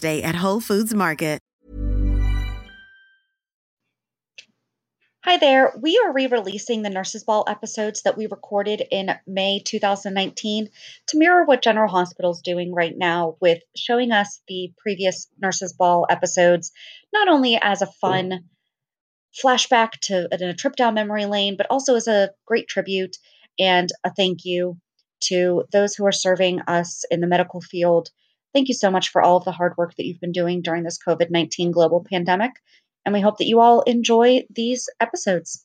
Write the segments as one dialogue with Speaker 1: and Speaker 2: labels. Speaker 1: Day at Whole Foods Market.
Speaker 2: Hi there. We are re releasing the Nurses Ball episodes that we recorded in May 2019 to mirror what General Hospital is doing right now with showing us the previous Nurses Ball episodes, not only as a fun flashback to a trip down memory lane, but also as a great tribute and a thank you to those who are serving us in the medical field. Thank you so much for all of the hard work that you've been doing during this COVID 19 global pandemic and we hope that you all enjoy these episodes.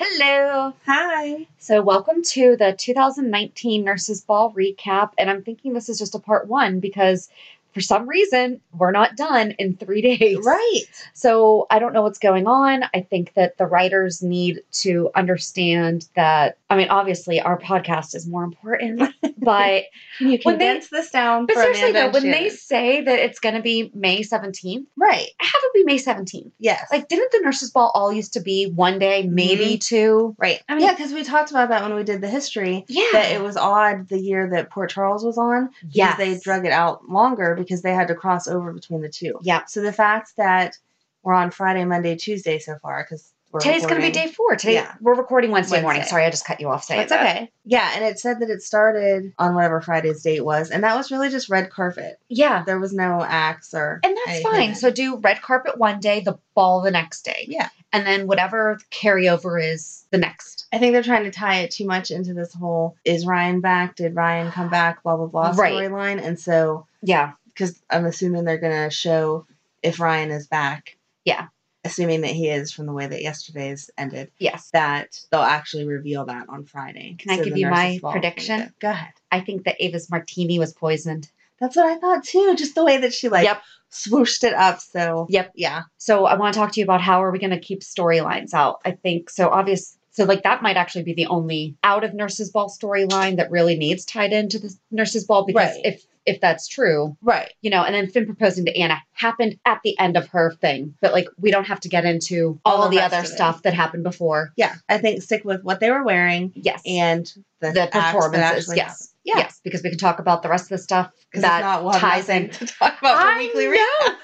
Speaker 3: Hello.
Speaker 4: Hi.
Speaker 3: So, welcome to the 2019 Nurses Ball recap. And I'm thinking this is just a part one because for some reason we're not done in three days.
Speaker 4: Right.
Speaker 3: So, I don't know what's going on. I think that the writers need to understand that, I mean, obviously our podcast is more important, but
Speaker 4: Can you
Speaker 3: When they-
Speaker 4: condense this down
Speaker 3: But
Speaker 4: for
Speaker 3: seriously,
Speaker 4: Amanda
Speaker 3: though,
Speaker 4: and
Speaker 3: when they
Speaker 4: Shannon?
Speaker 3: say that it's going to be May 17th,
Speaker 4: Right.
Speaker 3: have it be May 17th.
Speaker 4: Yes.
Speaker 3: Like, didn't the nurses' ball all used to be one day, maybe two?
Speaker 4: Mm-hmm. right.
Speaker 3: I mean-
Speaker 4: yeah, because we talked about that when we did the history.
Speaker 3: Yeah.
Speaker 4: That it was odd the year that Port Charles was on because
Speaker 3: Yes.
Speaker 4: they drug it out longer because they had to cross over between the two.
Speaker 3: Yeah.
Speaker 4: So the fact that we're on Friday, Monday, Tuesday so far because
Speaker 3: Today's going to be day four. Today,
Speaker 4: Yeah.
Speaker 3: we're recording Wednesday, morning.
Speaker 4: Wednesday.
Speaker 3: Sorry, I just cut you off. Say
Speaker 4: That's
Speaker 3: that.
Speaker 4: okay. Yeah, and it said that it started on whatever Friday's date was, and that was really just red carpet.
Speaker 3: Yeah.
Speaker 4: There was no acts or
Speaker 3: And that's
Speaker 4: anything.
Speaker 3: fine. So, do red carpet one day, the ball the next day.
Speaker 4: Yeah.
Speaker 3: And then whatever carryover is the next.
Speaker 4: I think they're trying to tie it too much into this whole is Ryan back? Did Ryan come back? Blah blah blah
Speaker 3: Right.
Speaker 4: storyline, and so
Speaker 3: Yeah.
Speaker 4: because I'm assuming they're gonna show if Ryan is back.
Speaker 3: Yeah.
Speaker 4: Assuming that he is from the way that yesterday's ended,
Speaker 3: Yes.
Speaker 4: that they'll actually reveal that on Friday.
Speaker 3: Can I
Speaker 4: So
Speaker 3: give
Speaker 4: the
Speaker 3: you my
Speaker 4: nurses will-
Speaker 3: prediction?
Speaker 4: Go ahead.
Speaker 3: I think that Ava's martini was poisoned.
Speaker 4: That's what I thought too. Just the way that she like
Speaker 3: Yep.
Speaker 4: swooshed it up. So
Speaker 3: Yep.
Speaker 4: yeah,
Speaker 3: So I want to talk to you about how are we going to keep storylines out. I think so. Obvious. So like that might actually be the only out of Nurses Ball storyline that really needs tied into the Nurses Ball because
Speaker 4: Right.
Speaker 3: if if that's true,
Speaker 4: right.
Speaker 3: you know, and then Finn proposing to Anna happened at the end of her thing, but like we don't have to get into all,
Speaker 4: All
Speaker 3: the
Speaker 4: the rest
Speaker 3: other
Speaker 4: of it.
Speaker 3: stuff that happened before.
Speaker 4: Yeah, I think stick with what they were wearing
Speaker 3: Yes,
Speaker 4: and the,
Speaker 3: the
Speaker 4: acts that
Speaker 3: performances.
Speaker 4: actually
Speaker 3: Yes,
Speaker 4: Yeah.
Speaker 3: yes, because we can talk about the rest of the stuff
Speaker 4: Because
Speaker 3: that
Speaker 4: it's not one
Speaker 3: ties
Speaker 4: ties
Speaker 3: in.
Speaker 4: to talk about for
Speaker 3: I
Speaker 4: weekly
Speaker 3: know.
Speaker 4: recap.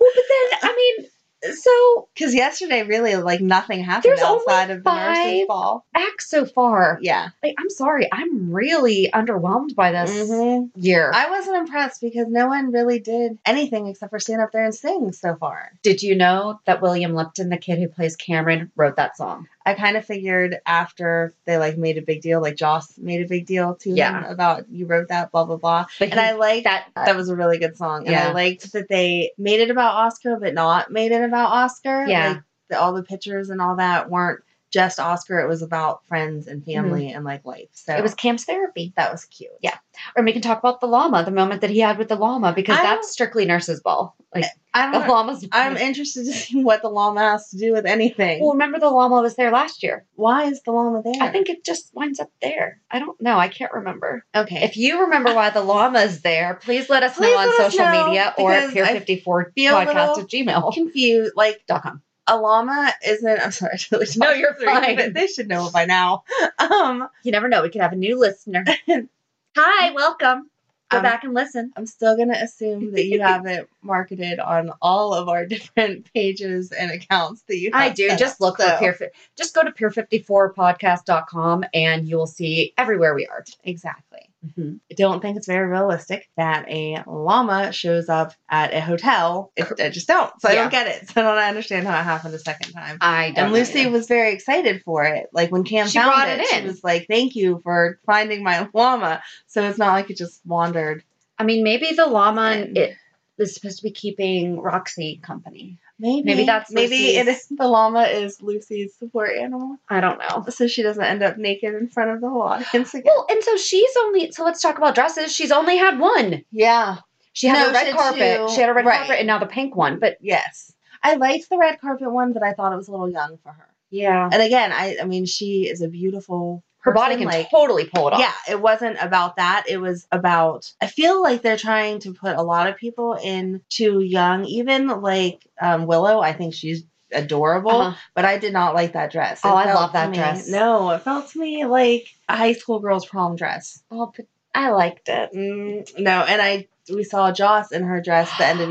Speaker 3: Well, but then I mean, so know
Speaker 4: Because yesterday, really, like nothing happened
Speaker 3: There's only
Speaker 4: outside of the nurse's
Speaker 3: five-
Speaker 4: ball.
Speaker 3: acts so far.
Speaker 4: Yeah.
Speaker 3: Like, I'm sorry, I'm really underwhelmed by this
Speaker 4: Mhm.
Speaker 3: year.
Speaker 4: I wasn't impressed because no one really did anything except for stand up there and sing so far.
Speaker 3: Did you know that William Lipton, the kid who plays Cameron, wrote that song?
Speaker 4: I kind of figured after they like made a big deal, like Joss made a big deal to
Speaker 3: Yeah.
Speaker 4: him about you wrote that, blah blah blah.
Speaker 3: But
Speaker 4: and
Speaker 3: he-
Speaker 4: I liked
Speaker 3: that-
Speaker 4: that that was a really good song. And
Speaker 3: Yeah.
Speaker 4: I liked that they made it about Oscar but not made it about Oscar.
Speaker 3: Yeah.
Speaker 4: Like the, all the pictures and all that weren't just Oscar, it was about friends and family and like life. So
Speaker 3: Mm-hmm. It was Cam's therapy.
Speaker 4: that was cute.
Speaker 3: Yeah. Or we can talk about the llama, the moment that he had with the llama, because
Speaker 4: I
Speaker 3: that's
Speaker 4: don't-
Speaker 3: strictly nurse's ball. Like
Speaker 4: I
Speaker 3: the
Speaker 4: don't know.
Speaker 3: llama's.
Speaker 4: I'm interested to see what the llama has to do with anything.
Speaker 3: well, remember the llama was there last year.
Speaker 4: Why is the llama there?
Speaker 3: I think it just winds up there. I don't know. I can't remember.
Speaker 4: okay.
Speaker 3: If you remember why the llama is there, please let us
Speaker 4: Please
Speaker 3: know on
Speaker 4: let us
Speaker 3: social
Speaker 4: know,
Speaker 3: media or at
Speaker 4: because I
Speaker 3: peer54
Speaker 4: feel a
Speaker 3: podcast
Speaker 4: little
Speaker 3: at gmail
Speaker 4: confused like
Speaker 3: dot com.
Speaker 4: a llama isn't I'm sorry to really
Speaker 3: No, you're
Speaker 4: talk through,
Speaker 3: fine.
Speaker 4: but they should know by now. Um
Speaker 3: You never know. We could have a new listener. Hi, welcome. Go
Speaker 4: Um,
Speaker 3: back and listen.
Speaker 4: I'm still going to assume that you have it marketed on all of our different pages and accounts that you have.
Speaker 3: I do.
Speaker 4: set
Speaker 3: Just
Speaker 4: up,
Speaker 3: look
Speaker 4: so-
Speaker 3: for peer. fi- Just go to peer54podcast.com and you will see everywhere we are.
Speaker 4: Exactly. I don't think it's very realistic that a llama shows up at a hotel. It, I just don't. So I
Speaker 3: Yeah.
Speaker 4: don't get it. So I don't understand how it happened a second time.
Speaker 3: I don't.
Speaker 4: And
Speaker 3: know
Speaker 4: Lucy
Speaker 3: either.
Speaker 4: was very excited for it. Like when Cam
Speaker 3: She
Speaker 4: found
Speaker 3: brought it in.
Speaker 4: she was like, "Thank you for finding my llama." So it's not like it just wandered.
Speaker 3: I mean, maybe the llama
Speaker 4: And-
Speaker 3: it is supposed to be keeping Roxy company.
Speaker 4: Maybe
Speaker 3: that's
Speaker 4: maybe it
Speaker 3: Lucy's-
Speaker 4: is, the llama is Lucy's support animal.
Speaker 3: I don't know.
Speaker 4: so she doesn't end up naked in front of the whole audience again.
Speaker 3: Well, and so she's only. So let's talk about dresses. She's only had one.
Speaker 4: yeah.
Speaker 3: She had
Speaker 4: No,
Speaker 3: a
Speaker 4: she
Speaker 3: red
Speaker 4: had
Speaker 3: carpet.
Speaker 4: two.
Speaker 3: She had a red
Speaker 4: Right.
Speaker 3: carpet, and now the pink one. But
Speaker 4: Yes. I liked the red carpet one, but I thought it was a little young for her.
Speaker 3: yeah,
Speaker 4: And again, I I mean, she is a beautiful.
Speaker 3: her body
Speaker 4: person,
Speaker 3: can totally pull it off.
Speaker 4: yeah, it wasn't about that. It was about. I feel like they're trying to put a lot of people in too young. Even like um, Willow, I think she's adorable,
Speaker 3: Uh-huh.
Speaker 4: but I did not like that dress.
Speaker 3: Oh, I
Speaker 4: felt
Speaker 3: love
Speaker 4: to
Speaker 3: that
Speaker 4: me-
Speaker 3: dress.
Speaker 4: No, it felt to me like a high school girl's prom dress.
Speaker 3: Oh, but I liked it.
Speaker 4: Mm, no, and I we saw Joss in her dress the end of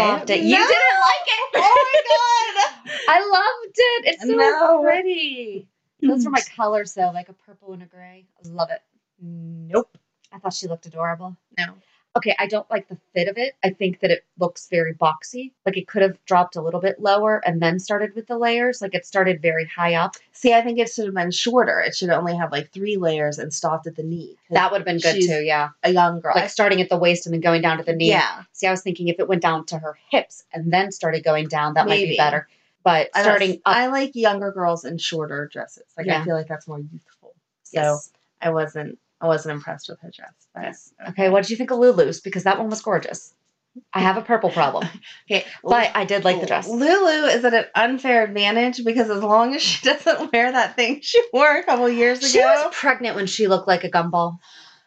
Speaker 3: I loved it. You
Speaker 4: No!
Speaker 3: didn't like it.
Speaker 4: Oh my god!
Speaker 3: I loved it. It's so
Speaker 4: No.
Speaker 3: pretty. Those were my
Speaker 4: Mm.
Speaker 3: colors, though, like a purple and a gray. I love it.
Speaker 4: Nope.
Speaker 3: I thought she looked adorable.
Speaker 4: No.
Speaker 3: Okay, I don't like the fit of it. I think that it looks very boxy. Like it could have dropped a little bit lower and then started with the layers. Like it started very high up.
Speaker 4: See, I think it should have been shorter. It should only have like three layers and stopped at the knee. 'Cause
Speaker 3: That would have been good
Speaker 4: She's-
Speaker 3: too, yeah.
Speaker 4: a young girl.
Speaker 3: Like starting at the waist and then going down to the knee.
Speaker 4: Yeah.
Speaker 3: See, I was thinking if it went down to her hips and then started going down, that might be
Speaker 4: Maybe.
Speaker 3: better. But
Speaker 4: I don't-
Speaker 3: starting up,
Speaker 4: I like younger girls in shorter dresses. Like
Speaker 3: Yeah.
Speaker 4: I feel like that's more youthful. So
Speaker 3: yes.
Speaker 4: I wasn't I wasn't impressed with her dress. But uh,
Speaker 3: Yes. Okay, what did you think of Lulu's? Because that one was gorgeous. I have a purple problem,
Speaker 4: okay.
Speaker 3: but I did like the dress.
Speaker 4: Lulu is at an unfair advantage because as long as she doesn't wear that thing she wore a couple years ago,
Speaker 3: She was pregnant when she looked like a gumball.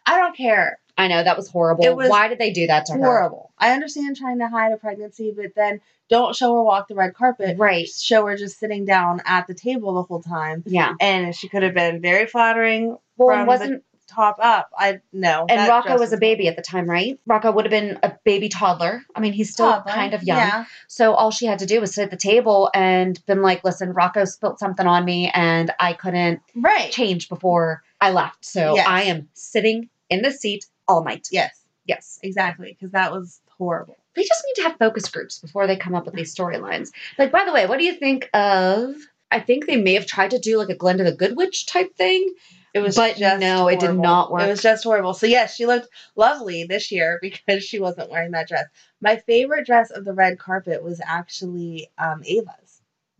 Speaker 4: I don't care.
Speaker 3: I know that was horrible.
Speaker 4: It was
Speaker 3: Why did they do that to her?
Speaker 4: horrible. I understand trying to hide a pregnancy, but then don't show her walk the red carpet.
Speaker 3: Right.
Speaker 4: Show her just sitting down at the table the whole time.
Speaker 3: Yeah.
Speaker 4: And she could have been very flattering
Speaker 3: Well,
Speaker 4: From
Speaker 3: and
Speaker 4: the-
Speaker 3: wasn't
Speaker 4: top up. I no.
Speaker 3: and
Speaker 4: that
Speaker 3: Rocco
Speaker 4: dress
Speaker 3: was a baby at the time, right? Rocco would have been a baby toddler. I mean, he's still
Speaker 4: toddler.
Speaker 3: kind of young.
Speaker 4: Yeah.
Speaker 3: So all she had to do was sit at the table and been like, "Listen, Rocco spilt something on me, and I couldn't
Speaker 4: Right.
Speaker 3: change before I left. So
Speaker 4: Yes.
Speaker 3: I am sitting in the seat all night."
Speaker 4: Yes.
Speaker 3: Yes.
Speaker 4: Exactly. Because that was horrible.
Speaker 3: They just need to have focus groups before they come up with these storylines. Like, by the way, what do you think of? I think they may have tried to do like a Glenda the Good Witch type thing.
Speaker 4: It was
Speaker 3: But
Speaker 4: just
Speaker 3: no, it did
Speaker 4: horrible.
Speaker 3: not work.
Speaker 4: It was just horrible. So yes, she looked lovely this year because she wasn't wearing that dress. My favorite dress of the red carpet was actually um, Ava's.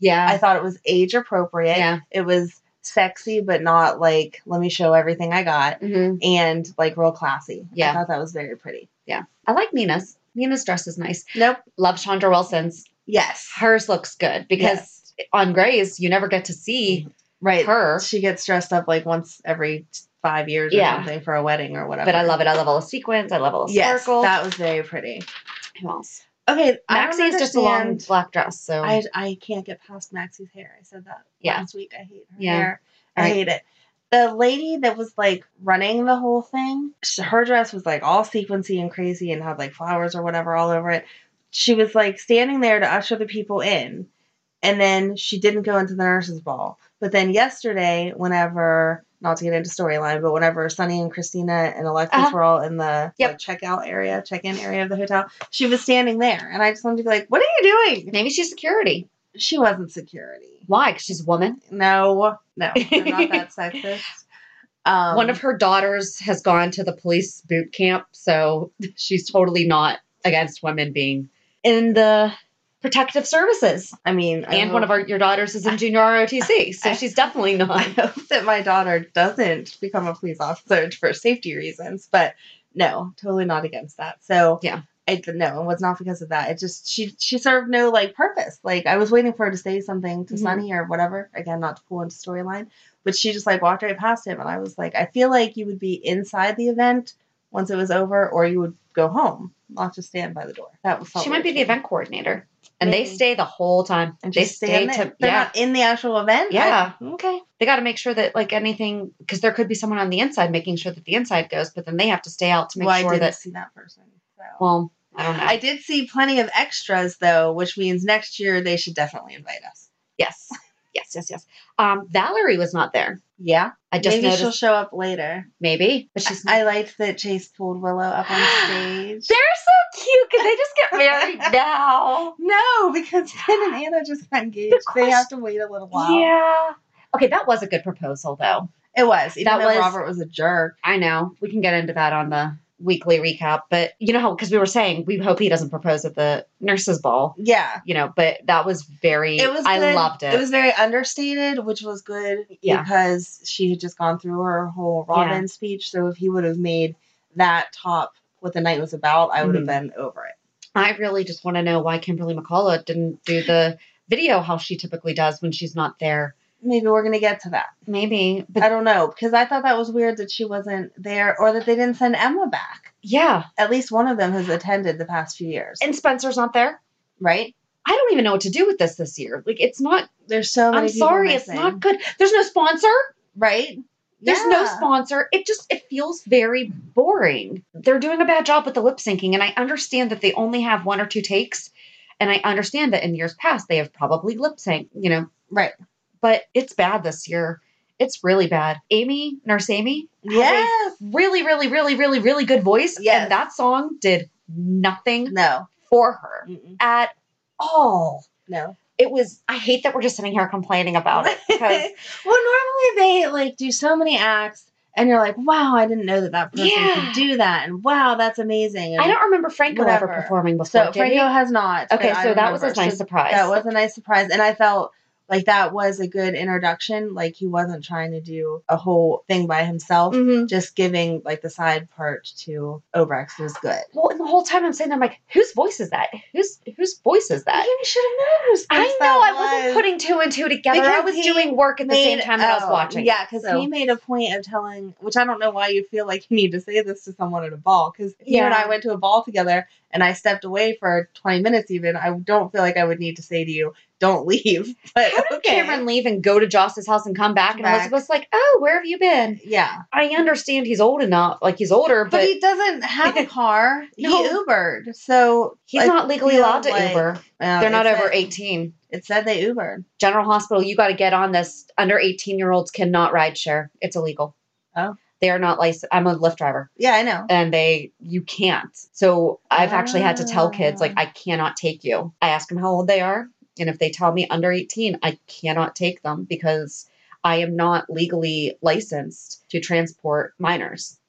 Speaker 4: I
Speaker 3: Yeah.
Speaker 4: thought it was age appropriate.
Speaker 3: yeah.
Speaker 4: it was sexy but not like let me show everything i got
Speaker 3: hmm
Speaker 4: and like real classy
Speaker 3: Yeah.
Speaker 4: i thought that was very pretty
Speaker 3: I like Nina's. Nina's dress is nice.
Speaker 4: nope
Speaker 3: Love Chandra Wilson's.
Speaker 4: yes
Speaker 3: Hers looks good because on Grays, you never get to see
Speaker 4: right
Speaker 3: her.
Speaker 4: she gets dressed up like once every five years or
Speaker 3: Yeah.
Speaker 4: something for a wedding or whatever
Speaker 3: But I love it. I love all the sequins. I love all the
Speaker 4: yes
Speaker 3: sparkle.
Speaker 4: that was very pretty
Speaker 3: Who else?
Speaker 4: okay
Speaker 3: Maxie is just a long
Speaker 4: understand-
Speaker 3: black dress. So
Speaker 4: I, I can't get past maxie's hair i said that
Speaker 3: Yeah.
Speaker 4: last week i hate her
Speaker 3: Yeah.
Speaker 4: hair i
Speaker 3: Alright.
Speaker 4: hate it the lady that was like running the whole thing, sh- her dress was like all sequency and crazy and had like flowers or whatever all over it. she was like standing there to usher the people in and then she didn't go into the nurses' ball. But then yesterday, whenever not to get into storyline, but whenever Sunny and Christina and Alexis
Speaker 2: Uh-huh.
Speaker 4: were all in the
Speaker 3: Yep.
Speaker 4: like, checkout area, check-in area of the hotel, she was standing there, and I just wanted to be like, "What are you doing?"
Speaker 3: Maybe she's security.
Speaker 4: She wasn't security.
Speaker 3: Why? Because she's a woman.
Speaker 4: No, no, I'm not that sexist. Um,
Speaker 3: One of her daughters has gone to the police boot camp, so she's totally not against women being in the protective services.
Speaker 4: I mean, I
Speaker 3: and
Speaker 4: hope-
Speaker 3: one of our, your daughters is in junior ROTC, so
Speaker 4: I-
Speaker 3: she's definitely
Speaker 4: Oh. I
Speaker 3: not.
Speaker 4: hope that my daughter doesn't become a police officer for safety reasons, but no, totally not against that. So
Speaker 3: Yeah.
Speaker 4: I no, it was not because of that. It just she she served no like purpose. Like I was waiting for her to say something to
Speaker 3: Mhm.
Speaker 4: Sunny or whatever. Again, not to pull into storyline, but she just like walked right past him, and I was like, I feel like you would be inside the event once it was over, or you would go home, not just stand by the door. That was
Speaker 3: She might be the event coordinator, and they
Speaker 4: Maybe.
Speaker 3: stay the whole time.
Speaker 4: And
Speaker 3: they
Speaker 4: just
Speaker 3: stay
Speaker 4: stand there.
Speaker 3: to
Speaker 4: They're
Speaker 3: yeah.
Speaker 4: not in the actual event.
Speaker 3: Yeah.
Speaker 4: I- okay.
Speaker 3: they got to make sure that like anything because there could be someone on the inside making sure that the inside goes, but then they have to stay out to make
Speaker 4: well, I
Speaker 3: sure
Speaker 4: didn't
Speaker 3: that.
Speaker 4: see that person. So.
Speaker 3: Well, I don't know.
Speaker 4: I did see plenty of extras though, which means next year they should definitely invite us.
Speaker 3: yes, yes, yes, yes. Um, Valerie was not there.
Speaker 4: Yeah.
Speaker 3: I just
Speaker 4: Maybe
Speaker 3: noticed
Speaker 4: she'll show up later.
Speaker 3: maybe, but she's.
Speaker 4: I liked that Chase pulled Willow up on stage.
Speaker 3: They're so cute because they just get married now.
Speaker 4: no, because Ben and Anna just got engaged. They
Speaker 3: question-
Speaker 4: have to wait a little while.
Speaker 3: Yeah. Okay, that was a good proposal though.
Speaker 4: It was. Even
Speaker 3: That
Speaker 4: though
Speaker 3: was-
Speaker 4: Robert was a jerk.
Speaker 3: I know. We can get into that on the weekly recap, but you know how because we were saying we hope he doesn't propose at the nurses' ball,
Speaker 4: Yeah.
Speaker 3: you know. But that was very.
Speaker 4: It was
Speaker 3: I
Speaker 4: good.
Speaker 3: loved it.
Speaker 4: It was very understated, which was good
Speaker 3: Yeah.
Speaker 4: because she had just gone through her whole Robin speech. So if he would have made that top what the night was about, I would have
Speaker 3: Mhm.
Speaker 4: been over it.
Speaker 3: I really just want to know why Kimberly McCullough didn't do the video how she typically does when she's not there.
Speaker 4: Maybe we're gonna get to that.
Speaker 3: Maybe, but
Speaker 4: I don't know because I thought that was weird that she wasn't there or that they didn't send Emma back.
Speaker 3: yeah.
Speaker 4: At least one of them has attended the past few years,
Speaker 3: And Spencer's not there.
Speaker 4: right?
Speaker 3: I don't even know what to do with this this year. Like it's not.
Speaker 4: There's so many.
Speaker 3: I'm
Speaker 4: people
Speaker 3: sorry, it's
Speaker 4: missing.
Speaker 3: not good. There's no sponsor.
Speaker 4: right.
Speaker 3: There's no
Speaker 4: Yeah.
Speaker 3: sponsor. It just it feels very boring. They're doing a bad job with the lip syncing, and I understand that they only have one or two takes, and I understand that in years past they have probably lip synced, you know,
Speaker 4: Right.
Speaker 3: but it's bad this year. It's really bad. Amy, Nurse Amy, had a
Speaker 4: Yes.
Speaker 3: really, really, really, really, really good voice.
Speaker 4: Yes.
Speaker 3: And that song did nothing
Speaker 4: No.
Speaker 3: for her
Speaker 4: Mm-mm.
Speaker 3: at all.
Speaker 4: No.
Speaker 3: It was, I hate that we're just sitting here complaining about it because,
Speaker 4: well, normally they like do so many acts, and you're like, "Wow, I didn't know that that person
Speaker 3: Yeah.
Speaker 4: could do that," and "Wow, that's amazing." And
Speaker 3: I don't remember Franco ever
Speaker 4: Whatever.
Speaker 3: performing before.
Speaker 4: So
Speaker 3: did he?
Speaker 4: Franco has not. but
Speaker 3: Okay,
Speaker 4: I
Speaker 3: so that was a
Speaker 4: remember.
Speaker 3: nice
Speaker 4: So
Speaker 3: surprise.
Speaker 4: That was a nice surprise. And I felt like that was a good introduction. Like he wasn't trying to do a whole thing by himself.
Speaker 3: Mhm.
Speaker 4: Just giving like the side part to Obrex was good.
Speaker 3: Well, and the whole time I'm sitting there, I'm like, whose voice is that? Whose whose voice is that?
Speaker 4: You should have known whose
Speaker 3: I
Speaker 4: face
Speaker 3: know
Speaker 4: that
Speaker 3: I wasn't putting two and two together. I was
Speaker 4: Because he
Speaker 3: doing work at the same
Speaker 4: made-
Speaker 3: time that I was
Speaker 4: oh,
Speaker 3: watching.
Speaker 4: Yeah, because
Speaker 3: So-
Speaker 4: he made a point of telling, which I don't know why you feel like you need to say this to someone at a ball. Because if you and
Speaker 3: Yeah.
Speaker 4: I went to a ball together and I stepped away for 20 minutes, even, I don't feel like I would need to say to you, don't leave. But
Speaker 3: How did
Speaker 4: okay.
Speaker 3: Cameron leave and go to Joss's house and come back? And
Speaker 4: Back.
Speaker 3: Elizabeth's was like, oh, where have you been?
Speaker 4: Yeah.
Speaker 3: I understand he's old enough, like he's older,
Speaker 4: But,
Speaker 3: but,
Speaker 4: he doesn't have a car. He
Speaker 3: No.
Speaker 4: Ubered. So
Speaker 3: he's
Speaker 4: I
Speaker 3: not legally
Speaker 4: feel
Speaker 3: allowed to
Speaker 4: like-
Speaker 3: Uber.
Speaker 4: well,
Speaker 3: They're
Speaker 4: it
Speaker 3: not
Speaker 4: said-
Speaker 3: over 18.
Speaker 4: It said they Ubered.
Speaker 3: General Hospital, you got to get on this. Under 18 year olds cannot ride share. It's illegal.
Speaker 4: Oh.
Speaker 3: They are not licensed. I'm a Lyft driver.
Speaker 4: Yeah, I know.
Speaker 3: and they you can't. So I've actually had to tell kids like
Speaker 4: Ah.
Speaker 3: I cannot take you. I ask them how old they are, and if they tell me under 18, I cannot take them because I am not legally licensed to transport minors.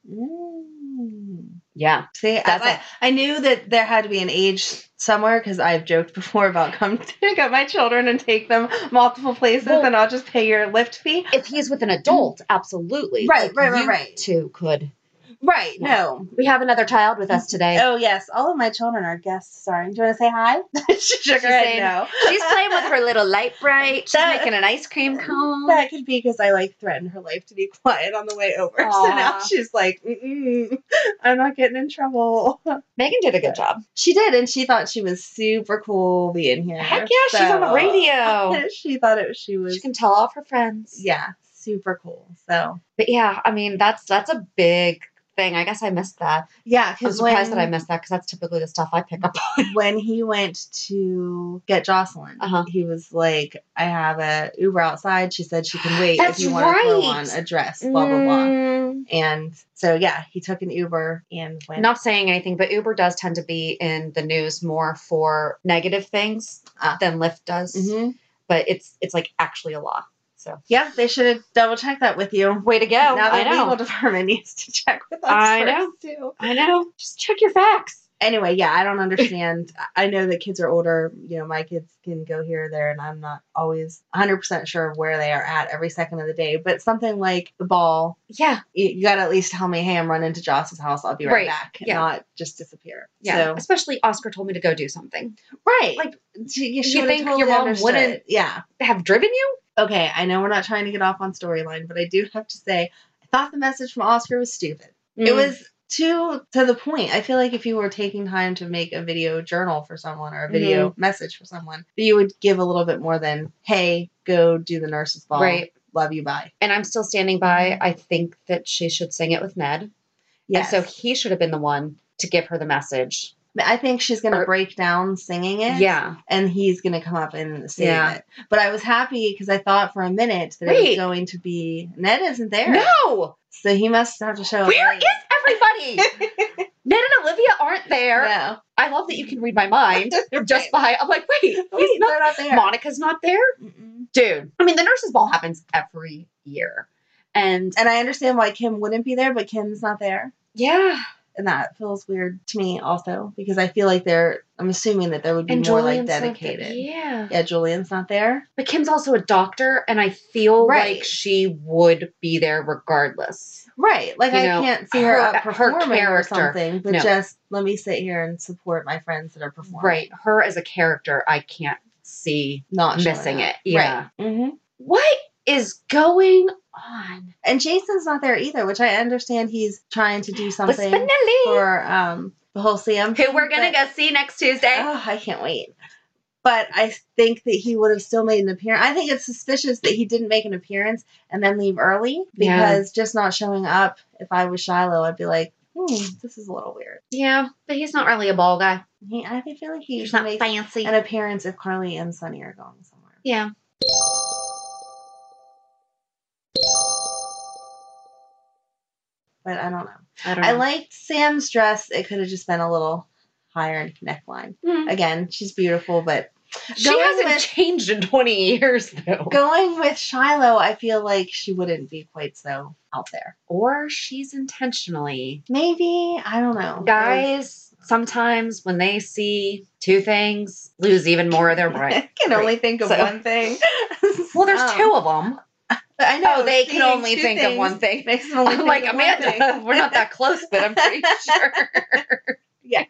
Speaker 4: Mm.
Speaker 3: Yeah.
Speaker 4: See, I-
Speaker 3: That's
Speaker 4: I,
Speaker 3: a-
Speaker 4: I knew that there had to be an age somewhere because I've joked before about come pick up my children and take them multiple places,
Speaker 3: Well-
Speaker 4: and I'll just pay your lift fee.
Speaker 3: If he's with an adult, absolutely.
Speaker 4: Right, right, right,
Speaker 3: you
Speaker 4: right.
Speaker 3: Too could.
Speaker 4: Right?
Speaker 3: Yeah.
Speaker 4: No.
Speaker 3: We have another child with us today.
Speaker 4: Oh yes, all of my children are guests. Sorry, do you want to say hi? she shook her
Speaker 3: She's
Speaker 4: head.
Speaker 3: saying,
Speaker 4: no.
Speaker 3: She's playing with her little light bright. She's
Speaker 4: That-
Speaker 3: making an ice cream cone.
Speaker 4: That could be because I like threatened her life to be quiet on the way over. So
Speaker 3: Aw.
Speaker 4: now she's like, Mm-mm, I'm not getting in trouble.
Speaker 3: Megan did a good job.
Speaker 4: She did, and she thought she was super cool being here.
Speaker 3: Heck yeah, she's on the
Speaker 4: so-
Speaker 3: radio.
Speaker 4: she thought it. She was.
Speaker 3: She can tell off her friends.
Speaker 4: yeah, super cool. So
Speaker 3: but yeah, I mean that's that's a big thing. I guess I missed that.
Speaker 4: Yeah,
Speaker 3: I'm
Speaker 4: because
Speaker 3: surprised
Speaker 4: when,
Speaker 3: that I missed that because that's typically the stuff I pick up on.
Speaker 4: when he went to get Jocelyn,
Speaker 3: Uh-huh.
Speaker 4: he was like, I have a Uber outside. She said she can wait
Speaker 3: That's
Speaker 4: if you want to throw on
Speaker 3: right.
Speaker 4: a dress, blah, blah, blah.
Speaker 3: Mm,
Speaker 4: And so, yeah, he took an Uber and went.
Speaker 3: Not saying anything, but Uber does tend to be in the news more for negative things
Speaker 4: Ah.
Speaker 3: than Lyft does.
Speaker 4: Mhm.
Speaker 3: But it's it's like actually a law. So
Speaker 4: Yeah, they should have double checked that with you.
Speaker 3: way to go!
Speaker 4: now
Speaker 3: I
Speaker 4: the
Speaker 3: know.
Speaker 4: legal department needs to check with us
Speaker 3: I
Speaker 4: first, too.
Speaker 3: I know. Just check your facts.
Speaker 4: Anyway, yeah, I don't understand. I know that kids are older. You know, my kids can go here or there, and I'm not always 100% sure where they are at every second of the day. But something like the ball
Speaker 3: Yeah,
Speaker 4: you, you got to at least tell me, hey, I'm running to Joss's house. I'll be right,
Speaker 3: Right,
Speaker 4: back, and
Speaker 3: yeah.
Speaker 4: not just disappear.
Speaker 3: yeah.
Speaker 4: So,
Speaker 3: Especially Oscar told me to go do something.
Speaker 4: right.
Speaker 3: Like,
Speaker 4: so you,
Speaker 3: you
Speaker 4: should
Speaker 3: think your mom wouldn't-
Speaker 4: Yeah.
Speaker 3: Have driven you?
Speaker 4: Okay. I know we're not trying to get off on storyline, but I do have to say, I thought the message from Oscar was stupid. It
Speaker 3: Mm.
Speaker 4: was too to the point. I feel like if you were taking time to make a video journal for someone or a video
Speaker 3: Mm-hmm.
Speaker 4: message for someone, that you would give a little bit more than, hey, go do the nurse's ball.
Speaker 3: right.
Speaker 4: Love you. Bye.
Speaker 3: And I'm still standing by. I think that she should sing it with Ned. Yeah.
Speaker 4: Yes.
Speaker 3: so he should have been the one to give her the message.
Speaker 4: I think she's going to
Speaker 3: Or-
Speaker 4: break down singing it.
Speaker 3: Yeah.
Speaker 4: and he's going to come up and save
Speaker 3: Yeah.
Speaker 4: it. But I was happy because I thought for a minute that it was
Speaker 3: Wait.
Speaker 4: going to be Ned isn't there,
Speaker 3: No.
Speaker 4: so he must have to show up.
Speaker 3: Where
Speaker 4: late.
Speaker 3: is everybody? Ned and Olivia aren't there.
Speaker 4: No,
Speaker 3: I love that you can read my mind just by. I'm like, wait, he's
Speaker 4: Wait,
Speaker 3: not.
Speaker 4: they're not there.
Speaker 3: Monica's not there,
Speaker 4: Mm-mm.
Speaker 3: dude. I mean, the nurses' ball happens every year, and
Speaker 4: And I understand why Kim wouldn't be there, but Kim's not there,
Speaker 3: yeah,
Speaker 4: and that feels weird to me also because I feel like they're. I'm assuming that there would be
Speaker 3: and
Speaker 4: more
Speaker 3: Julian's
Speaker 4: like
Speaker 3: not there.
Speaker 4: dedicated.
Speaker 3: Yeah,
Speaker 4: Yeah, Julian's not there.
Speaker 3: but Kim's also a doctor, and I feel
Speaker 4: Right.
Speaker 3: like she would be there regardless.
Speaker 4: Right. Like,
Speaker 3: You
Speaker 4: I
Speaker 3: know,
Speaker 4: can't see her,
Speaker 3: her-
Speaker 4: up
Speaker 3: her
Speaker 4: performing or
Speaker 3: character.
Speaker 4: something, but
Speaker 3: No.
Speaker 4: just let me sit here and support my friends that are performing.
Speaker 3: Right, her as a character, I can't see
Speaker 4: Not showing
Speaker 3: missing
Speaker 4: up.
Speaker 3: it. Yeah,
Speaker 4: Right. Mm-hmm.
Speaker 3: what is going on?
Speaker 4: And Jason's not there either, which I understand he's trying to do
Speaker 3: With
Speaker 4: something
Speaker 3: Spinelli,
Speaker 4: for um, the whole Sam.
Speaker 3: who we're gonna go see next Tuesday.
Speaker 4: Oh, I can't wait. But I think that he would have still made an appearance. I think it's suspicious that he didn't make an appearance and then leave early
Speaker 3: Yeah.
Speaker 4: because just not showing up, if I was Shiloh, I'd be like, hmm, this is a little weird.
Speaker 3: Yeah, but he's not really a ball guy.
Speaker 4: He, I feel like he
Speaker 3: He's
Speaker 4: usually
Speaker 3: not
Speaker 4: makes
Speaker 3: fancy.
Speaker 4: an appearance if Carly and Sunny are going somewhere.
Speaker 3: Yeah.
Speaker 4: But I don't know.
Speaker 3: I don't
Speaker 4: I liked Sam's dress. It could have just been a little higher in neckline.
Speaker 3: Mm.
Speaker 4: Again, she's beautiful, but
Speaker 3: She
Speaker 4: Mm-hmm. Going
Speaker 3: hasn't
Speaker 4: with-
Speaker 3: changed in 20 years, though.
Speaker 4: Going with Shiloh, I feel like she wouldn't be quite so out there.
Speaker 3: or she's intentionally.
Speaker 4: Maybe I don't know.
Speaker 3: Guys, sometimes when they see two things, lose even more of their brain.
Speaker 4: I can only
Speaker 3: Right.
Speaker 4: think of
Speaker 3: So-
Speaker 4: one thing.
Speaker 3: Well, there's
Speaker 4: Um,
Speaker 3: two of them.
Speaker 4: but I know
Speaker 3: Oh, they can
Speaker 4: seeing
Speaker 3: only
Speaker 4: two
Speaker 3: think of
Speaker 4: things
Speaker 3: one thing.
Speaker 4: Makes them only
Speaker 3: I'm
Speaker 4: think
Speaker 3: like,
Speaker 4: of one
Speaker 3: Amanda,
Speaker 4: thing.
Speaker 3: we're not that close, but I'm pretty sure.
Speaker 4: Yes.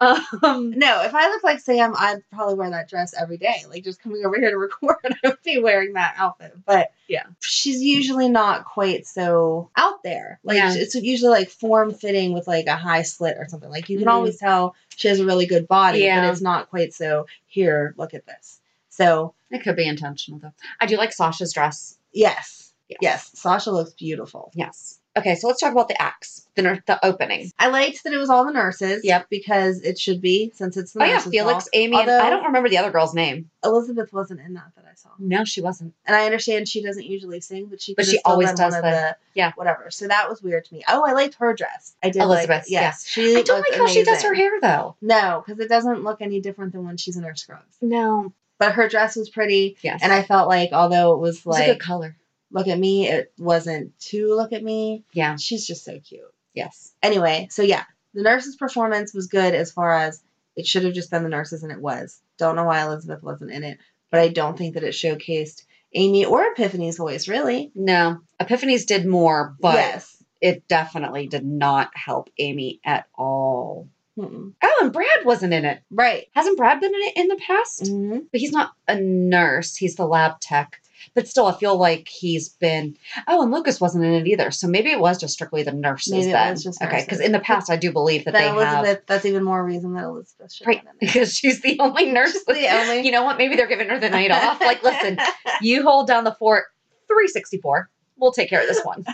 Speaker 3: um,
Speaker 4: No, if I looked like Sam, I'd probably wear that dress every day. Like just coming over here to record, I would be wearing that outfit. But
Speaker 3: Yeah.
Speaker 4: she's usually not quite so out there. Like
Speaker 3: Yeah.
Speaker 4: it's usually like form fitting with like a high slit or something. Like you can
Speaker 3: Mhm.
Speaker 4: always tell she has a really good body,
Speaker 3: Yeah.
Speaker 4: but it's not quite so here. Look at this. So
Speaker 3: it could be intentional, though. I do like Sasha's dress.
Speaker 4: yes,
Speaker 3: Yes.
Speaker 4: yes, Sasha looks beautiful.
Speaker 3: Yes. Okay, so let's talk about the acts, the, nur- the opening.
Speaker 4: I liked that it was all the nurses.
Speaker 3: Yep.
Speaker 4: because it should be since it's the
Speaker 3: Oh, yeah,
Speaker 4: nurses'
Speaker 3: Felix,
Speaker 4: ball.
Speaker 3: Amy, and I
Speaker 4: Although-
Speaker 3: don't remember the other girl's name.
Speaker 4: Elizabeth wasn't in that that I saw.
Speaker 3: No, she wasn't.
Speaker 4: And I understand she doesn't usually sing, but she
Speaker 3: Mm. But
Speaker 4: could've
Speaker 3: she
Speaker 4: still
Speaker 3: always
Speaker 4: been
Speaker 3: does
Speaker 4: one
Speaker 3: the-
Speaker 4: of the
Speaker 3: yeah.
Speaker 4: whatever. So that was weird to me. Oh, I liked her dress. I did
Speaker 3: Elizabeth's,
Speaker 4: Like, yes, she.
Speaker 3: I don't
Speaker 4: looked
Speaker 3: like how she does her
Speaker 4: amazing.
Speaker 3: hair though.
Speaker 4: No, because it doesn't look any different than when she's in her scrubs.
Speaker 3: No.
Speaker 4: But her dress was pretty,
Speaker 3: Yes.
Speaker 4: and I felt like although it was
Speaker 3: it was
Speaker 4: like
Speaker 3: a good color.
Speaker 4: look at me, it wasn't too look at me.
Speaker 3: Yeah.
Speaker 4: She's just so cute.
Speaker 3: Yes.
Speaker 4: Anyway, so yeah, the nurse's performance was good as far as it should have just been the nurses, and it was. Don't know why Elizabeth wasn't in it, but I don't think that it showcased Amy or Epiphany's voice really.
Speaker 3: No. Epiphanies did more, but
Speaker 4: yes.
Speaker 3: it definitely did not help Amy at all.
Speaker 4: Mm-mm.
Speaker 3: Oh, and Brad wasn't in it.
Speaker 4: Right.
Speaker 3: Hasn't Brad been in it in the past?
Speaker 4: Mm-hmm.
Speaker 3: But he's not a nurse. He's the lab tech. But still, I feel like he's been. Oh, and Lucas wasn't in it either. So maybe it was just strictly the nurses
Speaker 4: Maybe it
Speaker 3: then.
Speaker 4: was just
Speaker 3: okay,
Speaker 4: nurses.
Speaker 3: because in the past, I do believe that,
Speaker 4: That
Speaker 3: they
Speaker 4: Elizabeth,
Speaker 3: have
Speaker 4: that's even more reason that Elizabeth should
Speaker 3: right
Speaker 4: have been there.
Speaker 3: because she's the only nurse.
Speaker 4: She's
Speaker 3: with-
Speaker 4: the only-
Speaker 3: You know what? Maybe they're giving her the night off. Like, listen, you hold down the fort 364 we'll take care of this one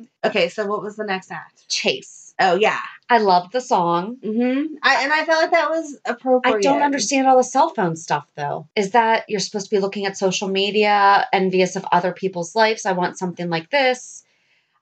Speaker 4: Okay, so what was the next act?
Speaker 3: Chase.
Speaker 4: Oh yeah.
Speaker 3: I loved the song.
Speaker 4: Mm-hmm. I, and I felt like that was appropriate.
Speaker 3: I don't understand all the cell phone stuff though. Is that you're supposed to be looking at social media, envious of other people's lives? I want something like this.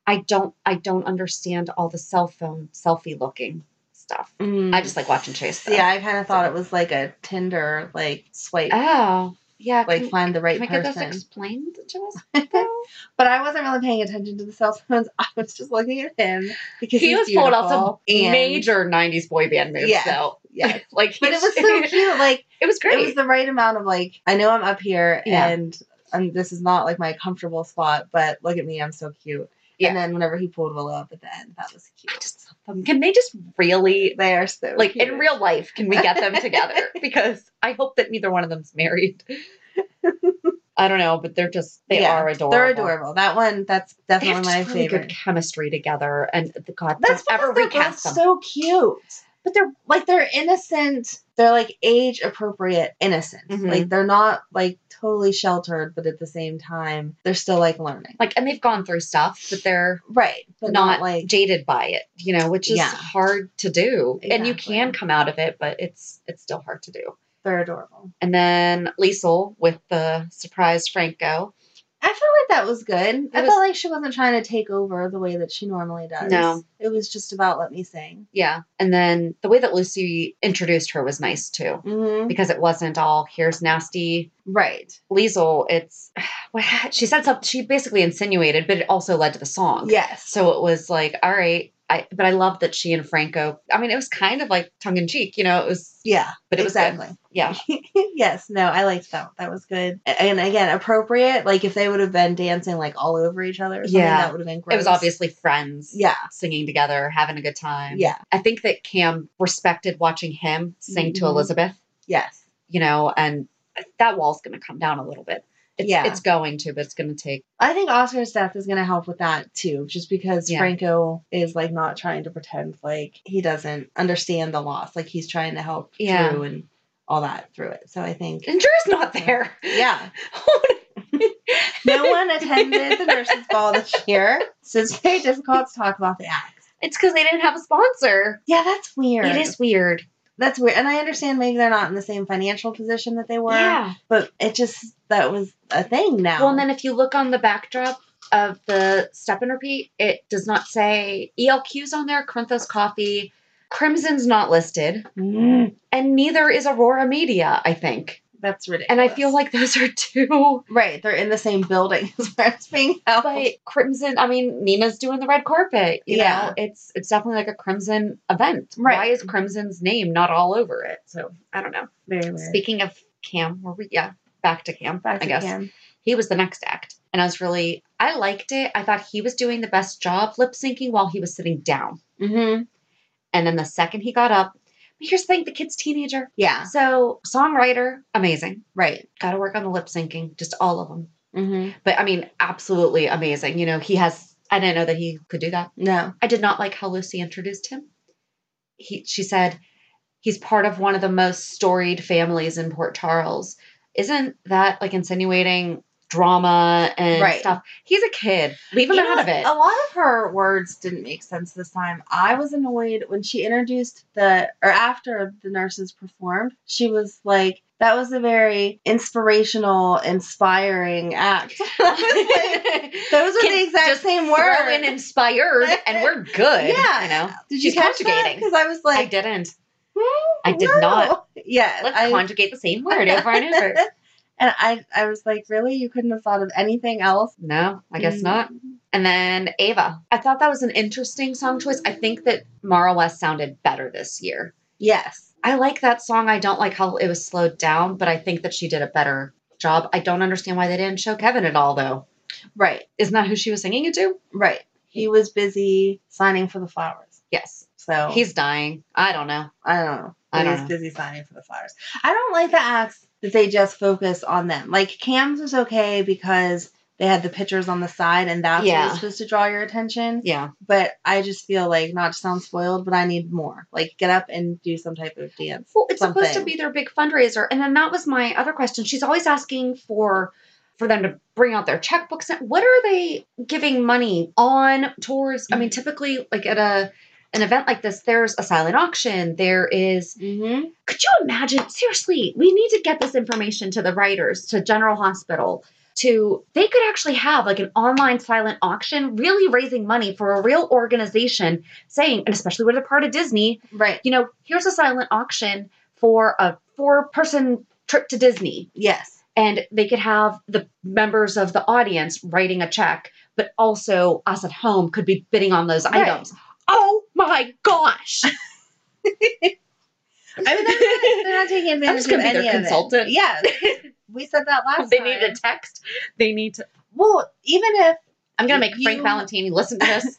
Speaker 3: I don't I don't understand all the cell phone selfie looking stuff.
Speaker 4: Mm.
Speaker 3: I just like watching Chase. Though.
Speaker 4: yeah, I kind of thought it was like a Tinder like swipe,
Speaker 3: Oh, yeah.
Speaker 4: like
Speaker 3: can,
Speaker 4: find the right
Speaker 3: can I get
Speaker 4: person.
Speaker 3: this explained to us? though?
Speaker 4: but I wasn't really paying attention to the cell phones. I was just looking at him because
Speaker 3: he
Speaker 4: he's
Speaker 3: was pulling out some
Speaker 4: beautiful and-
Speaker 3: major '90s boy band moves
Speaker 4: Yeah.
Speaker 3: though.
Speaker 4: Yeah,
Speaker 3: like,
Speaker 4: but it
Speaker 3: he's-
Speaker 4: was so cute. Like
Speaker 3: It was great.
Speaker 4: it was the right amount of like I know I'm up here
Speaker 3: Yeah.
Speaker 4: and and this is not like my comfortable spot, but look at me, I'm so cute.
Speaker 3: Yeah.
Speaker 4: And then whenever he pulled Willow up at the end, that was cute.
Speaker 3: I just love them. Um, Can they just really
Speaker 4: they are so
Speaker 3: like
Speaker 4: cute.
Speaker 3: in real life can we get them together because i hope that neither one of them's married i don't know but they're just they
Speaker 4: Yeah,
Speaker 3: are adorable
Speaker 4: They're adorable. That one, that's
Speaker 3: they
Speaker 4: definitely
Speaker 3: have
Speaker 4: my
Speaker 3: just really
Speaker 4: favorite.
Speaker 3: good chemistry together and the god
Speaker 4: That's
Speaker 3: don't ever
Speaker 4: because they're
Speaker 3: recast
Speaker 4: both
Speaker 3: them
Speaker 4: so cute. But they're like they're innocent. They're like age appropriate innocent.
Speaker 3: Mhm.
Speaker 4: Like they're not like totally sheltered, but at the same time, they're still like learning.
Speaker 3: like and they've gone through stuff but they're
Speaker 4: Right. But
Speaker 3: not,
Speaker 4: not, like
Speaker 3: jaded by it you know which is
Speaker 4: Yeah.
Speaker 3: hard to do and you
Speaker 4: Exactly.
Speaker 3: can come out of it but it's it's still hard to do
Speaker 4: they're adorable.
Speaker 3: and then Liesel with the surprise franco
Speaker 4: I felt like that was good. I
Speaker 3: was-
Speaker 4: felt like she wasn't trying to take over the way that she normally does.
Speaker 3: No.
Speaker 4: It was just about let me sing.
Speaker 3: yeah and then the way that lucy introduced her was nice too
Speaker 4: Mm-hmm.
Speaker 3: because it wasn't all here's nasty
Speaker 4: Right.
Speaker 3: Liesel. It's what she said something. She basically insinuated, but it also led to the song.
Speaker 4: Yes.
Speaker 3: So it was like, all right. I, but I love that she and Franco. I mean, it was kind of like tongue in cheek, you know. It was,
Speaker 4: Yeah.
Speaker 3: but it was good.
Speaker 4: exactly.
Speaker 3: yeah,
Speaker 4: yes, no, I liked that. That was good. A- And again, appropriate. Like if they would have been dancing like all over each other or something,
Speaker 3: Yeah.
Speaker 4: that would have been great.
Speaker 3: it was obviously friends.
Speaker 4: Yeah.
Speaker 3: singing together, having a good time.
Speaker 4: Yeah.
Speaker 3: I think that Cam respected watching him sing to
Speaker 4: Mhm.
Speaker 3: Elizabeth.
Speaker 4: Yes.
Speaker 3: You know, and that wall's going to come down a little bit. It's,
Speaker 4: Yeah.
Speaker 3: it's going to, but it's going to take.
Speaker 4: I think Oscar's death is gonna help with that too, just because
Speaker 3: Yeah.
Speaker 4: Franco is like not trying to pretend like he doesn't understand the loss. Like he's trying to help
Speaker 3: Yeah.
Speaker 4: Drew and all that through it. So I think
Speaker 3: And Drew's not there. Oh
Speaker 4: Yeah. No one attended the nurses ball this year. So it's very difficult to talk about the acts.
Speaker 3: It's because they didn't have a sponsor.
Speaker 4: Yeah, that's weird.
Speaker 3: It is weird.
Speaker 4: that's weird. And I understand maybe they're not in the same financial position that they were.
Speaker 3: Yeah.
Speaker 4: But it just that was a thing now.
Speaker 3: Well, and then if you look on the backdrop of the step and repeat, it does not say ELQ's on there, Corinthos Coffee, Crimson's not listed,
Speaker 4: Mm,
Speaker 3: and neither is Aurora Media, I think.
Speaker 4: that's ridiculous.
Speaker 3: And I feel like those are two.
Speaker 4: right, they're in the same building as where it's being held.
Speaker 3: But Crimson, I mean, Nina's doing the red carpet. You
Speaker 4: Yeah.
Speaker 3: know, it's it's definitely like a Crimson event. Why
Speaker 4: Right.
Speaker 3: is Crimson's name not all over it? So I don't know.
Speaker 4: Very weird.
Speaker 3: Speaking of Cam, were we? Yeah, back to Cam.
Speaker 4: Back
Speaker 3: I
Speaker 4: to
Speaker 3: guess
Speaker 4: Cam.
Speaker 3: he was the next act, and I was really I liked it. I thought he was doing the best job lip syncing while he was sitting down,
Speaker 4: Mm-hmm.
Speaker 3: and then the second he got up, but here's the thing: the kid's teenager,
Speaker 4: Yeah.
Speaker 3: so songwriter, amazing.
Speaker 4: Right.
Speaker 3: Got to work on the lip syncing, just all of them.
Speaker 4: Mm-hmm.
Speaker 3: But I mean, absolutely amazing. You know, he has. I didn't know that he could do that.
Speaker 4: No.
Speaker 3: I did not like how Lucy introduced him. He, she said, he's part of one of the most storied families in Port Charles. Isn't that like insinuating drama and
Speaker 4: Right.
Speaker 3: stuff? He's a kid. Leave him
Speaker 4: You
Speaker 3: out
Speaker 4: know, Oh,
Speaker 3: of it.
Speaker 4: A lot of her words didn't make sense this time. I was annoyed when she introduced the, or after the nurses performed, she was like, that was a very inspirational, inspiring act. Those are
Speaker 3: Can
Speaker 4: the exact
Speaker 3: just
Speaker 4: same
Speaker 3: Throw in
Speaker 4: words.
Speaker 3: inspired, and we're good.
Speaker 4: Yeah.
Speaker 3: you know.
Speaker 4: Did
Speaker 3: She's conjugating.
Speaker 4: Because I was like,
Speaker 3: I didn't.
Speaker 4: "Hmm,
Speaker 3: I did
Speaker 4: no."
Speaker 3: not.
Speaker 4: Yeah,
Speaker 3: Let's
Speaker 4: I-
Speaker 3: conjugate the same word over and over.
Speaker 4: And I, I was like, really? You couldn't have thought of anything else?
Speaker 3: No, I guess
Speaker 4: Mm.
Speaker 3: not. And then Ava. I thought that was an interesting song choice. I think that Mara West sounded better this year.
Speaker 4: Yes.
Speaker 3: I like that song. I don't like how it was slowed down, but I think that she did a better job. I don't understand why they didn't show Kevin at all, though.
Speaker 4: Right.
Speaker 3: Isn't that who she was singing it to?
Speaker 4: Right. He was busy signing for the flowers.
Speaker 3: Yes.
Speaker 4: So
Speaker 3: He's dying. I don't know.
Speaker 4: I don't know.
Speaker 3: I don't
Speaker 4: He's
Speaker 3: know.
Speaker 4: busy signing for the flowers. I don't like the acts that they just focus on them. Like Cam's was okay because they had the pictures on the side and that's what
Speaker 3: Yeah.
Speaker 4: was supposed to draw your attention.
Speaker 3: Yeah.
Speaker 4: But I just feel like not to sound spoiled, but I need more. Like get up and do some type of dance.
Speaker 3: Well, it's supposed to
Speaker 4: Something.
Speaker 3: be their big fundraiser. And then that was my other question. She's always asking for for them to bring out their checkbooks. What are they giving money on towards? I mean, typically, like at a an event like this, there's a silent auction. There is
Speaker 4: Mm-hmm.
Speaker 3: could you imagine seriously we need to get this information to the writers to general hospital to they could actually have like an online silent auction really raising money for a real organization saying and especially with a part of disney
Speaker 4: Right.
Speaker 3: you know here's a silent auction for a four person trip to disney
Speaker 4: Yes.
Speaker 3: and they could have the members of the audience writing a check but also us at home could be bidding on those
Speaker 4: Right.
Speaker 3: items oh my gosh
Speaker 4: I mean, they're not, they're not taking advantage
Speaker 3: just gonna
Speaker 4: of
Speaker 3: be their
Speaker 4: any of it.
Speaker 3: consultant.
Speaker 4: Yes. We said that last
Speaker 3: they
Speaker 4: time.
Speaker 3: need to text they need to
Speaker 4: Well, even if
Speaker 3: I'm gonna make
Speaker 4: You-
Speaker 3: Frank Valentini listen to this.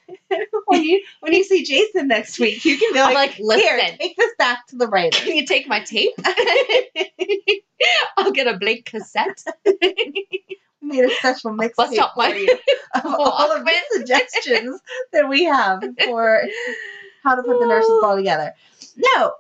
Speaker 4: when you when you see Jason next week, you can be
Speaker 3: I'm
Speaker 4: like,
Speaker 3: like,
Speaker 4: here,
Speaker 3: listen,
Speaker 4: take this back to the writer.
Speaker 3: can you take my tape? I'll get a Blake cassette.
Speaker 4: We made a special mix
Speaker 3: Let's not
Speaker 4: for
Speaker 3: like-
Speaker 4: you of all of the suggestions that we have for how to put the nurses all together. No,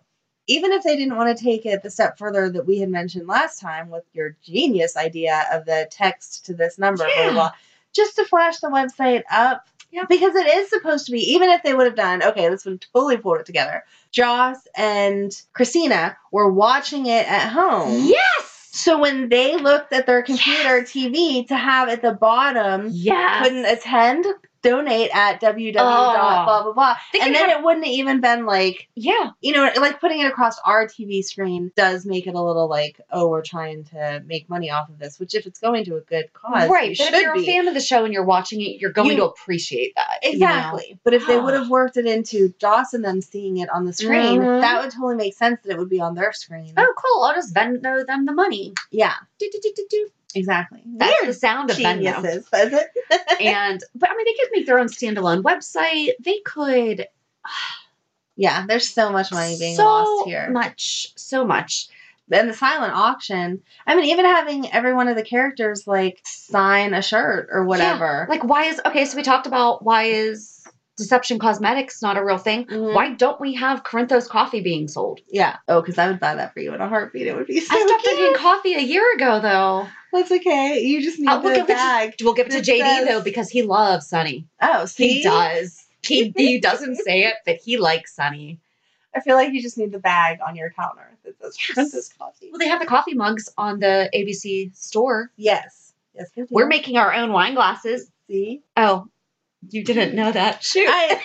Speaker 4: even if they didn't want to take it the step further that we had mentioned last time with your genius idea of the text to this number, blah, blah, blah, just to flash the website up.
Speaker 3: Yeah.
Speaker 4: Because it is supposed to be, even if they would have done, okay, this would have totally pulled it together. Joss and Christina were watching it at home.
Speaker 3: Yes.
Speaker 4: So when they looked at their computer TV to have at the bottom,
Speaker 3: Yes.
Speaker 4: couldn't attend, donate at
Speaker 3: Oh.
Speaker 4: www. blah blah blah,
Speaker 3: They
Speaker 4: and
Speaker 3: can
Speaker 4: then
Speaker 3: have-
Speaker 4: it wouldn't have even been like
Speaker 3: yeah.
Speaker 4: you know like putting it across our TV screen does make it a little like oh we're trying to make money off of this, which if it's going to a good cause,
Speaker 3: Right.
Speaker 4: it
Speaker 3: But
Speaker 4: should
Speaker 3: if you're
Speaker 4: be.
Speaker 3: a fan of the show and you're watching it, you're going
Speaker 4: You-
Speaker 3: to appreciate that. you know?
Speaker 4: Exactly. But if they
Speaker 3: Wow.
Speaker 4: would have worked it into Joss and them seeing it on the screen,
Speaker 3: Mhm.
Speaker 4: that would totally make sense that it would be on their screen.
Speaker 3: Oh, cool. I'll just Venmo them the money.
Speaker 4: Yeah,
Speaker 3: Do, do, do, do, do.
Speaker 4: exactly.
Speaker 3: That's
Speaker 4: We're
Speaker 3: the sound of Venmo.
Speaker 4: geniuses, is it?
Speaker 3: And but I mean, they could make their own standalone website. They could
Speaker 4: Yeah, there's so much money being
Speaker 3: so
Speaker 4: lost here.
Speaker 3: much, so much.
Speaker 4: and the silent auction. I mean, even having every one of the characters like sign a shirt or whatever.
Speaker 3: Like, why is okay? So we talked about why is Deception Cosmetics not a real thing?
Speaker 4: Mhm.
Speaker 3: Why don't we have Corinthos coffee being sold?
Speaker 4: yeah. Oh, because I would buy that for you in a heartbeat. It would be so
Speaker 3: I stopped
Speaker 4: cute.
Speaker 3: drinking coffee a year ago, though.
Speaker 4: That's okay. You just need
Speaker 3: Uh, we'll,
Speaker 4: the
Speaker 3: give it
Speaker 4: bag.
Speaker 3: to, we'll give it to
Speaker 4: that
Speaker 3: JD
Speaker 4: says-
Speaker 3: though because he loves Sunny.
Speaker 4: Oh, see,
Speaker 3: He does. He he doesn't say it, but he likes Sunny.
Speaker 4: I feel like you just need the bag on your counter that says
Speaker 3: Yes.
Speaker 4: Princess Coffee.
Speaker 3: Well, they have the coffee mugs on the ABC store.
Speaker 4: Yes. Yes, we do.
Speaker 3: We're making our own wine glasses.
Speaker 4: see.
Speaker 3: Oh, you didn't know that? Shoot.
Speaker 4: I,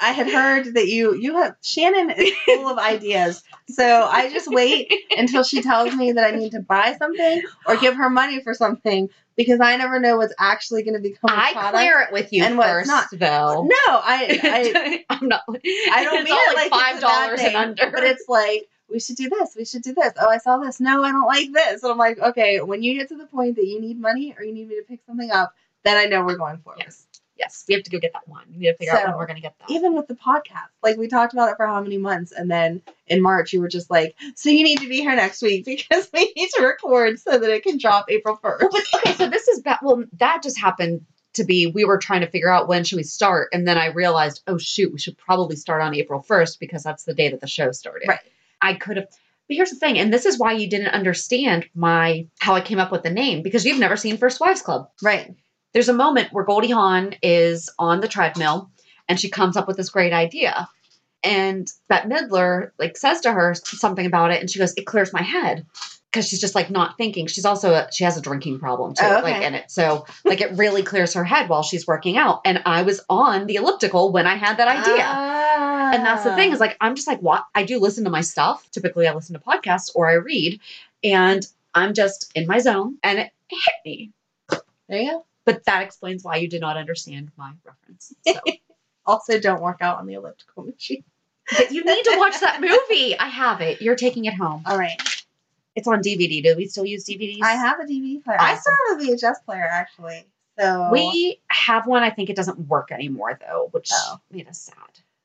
Speaker 4: I I had heard that you you have Shannon is full of ideas. So I just wait until she tells me that I need to buy something or give her money for something because I never know what's actually going to become. a
Speaker 3: I
Speaker 4: product.
Speaker 3: clear it with you
Speaker 4: and what's
Speaker 3: first,
Speaker 4: not.
Speaker 3: though.
Speaker 4: No, I,
Speaker 3: am not.
Speaker 4: I I don't
Speaker 3: it's
Speaker 4: mean
Speaker 3: all
Speaker 4: it
Speaker 3: like
Speaker 4: like
Speaker 3: five
Speaker 4: it's a bad
Speaker 3: dollars
Speaker 4: thing,
Speaker 3: and under.
Speaker 4: but it's like we should do this. We should do this. Oh, I saw this. No, I don't like this. And I'm like, okay, when you get to the point that you need money or you need me to pick something up, then I know we're going for this.
Speaker 3: yes, we have to go get that one. We need to figure out
Speaker 4: So,
Speaker 3: when we're gonna get that.
Speaker 4: even with the podcast, like we talked about it for how many months, and then in March you were just like, "So you need to be here next week because we need to record so that it can drop April 1st.
Speaker 3: Well, but, okay, so this is bad. Well, that just happened to be. We were trying to figure out when should we start, and then I realized, oh shoot, we should probably start on April first because that's the day that the show started.
Speaker 4: Right.
Speaker 3: I could have. But here's the thing, and this is why you didn't understand my how I came up with the name because you've never seen First Wives Club.
Speaker 4: Right.
Speaker 3: there's a moment where Goldie Hawn is on the treadmill and she comes up with this great idea. And Bette Midler like says to her something about it, and she goes, "It clears my head," because she's just like not thinking. She's also a, she has a drinking problem too,
Speaker 4: Oh, okay.
Speaker 3: like in it. So like it really clears her head while she's working out. And I was on the elliptical when I had that idea. And that's the thing is like I'm just like what I do listen to my stuff. Typically I listen to podcasts or I read and I'm just in my zone and it hit me.
Speaker 4: there you go.
Speaker 3: But that explains why you did not understand my reference. So.
Speaker 4: Also, don't work out on the elliptical machine.
Speaker 3: but you need to watch that movie. I have it. You're taking it home.
Speaker 4: All right.
Speaker 3: It's on DVD. Do we still use DVDs?
Speaker 4: I have a DVD player.
Speaker 3: Awesome.
Speaker 4: I still have a VHS player actually. So
Speaker 3: We have one. I think it doesn't work anymore though, which
Speaker 4: Oh.
Speaker 3: made us sad.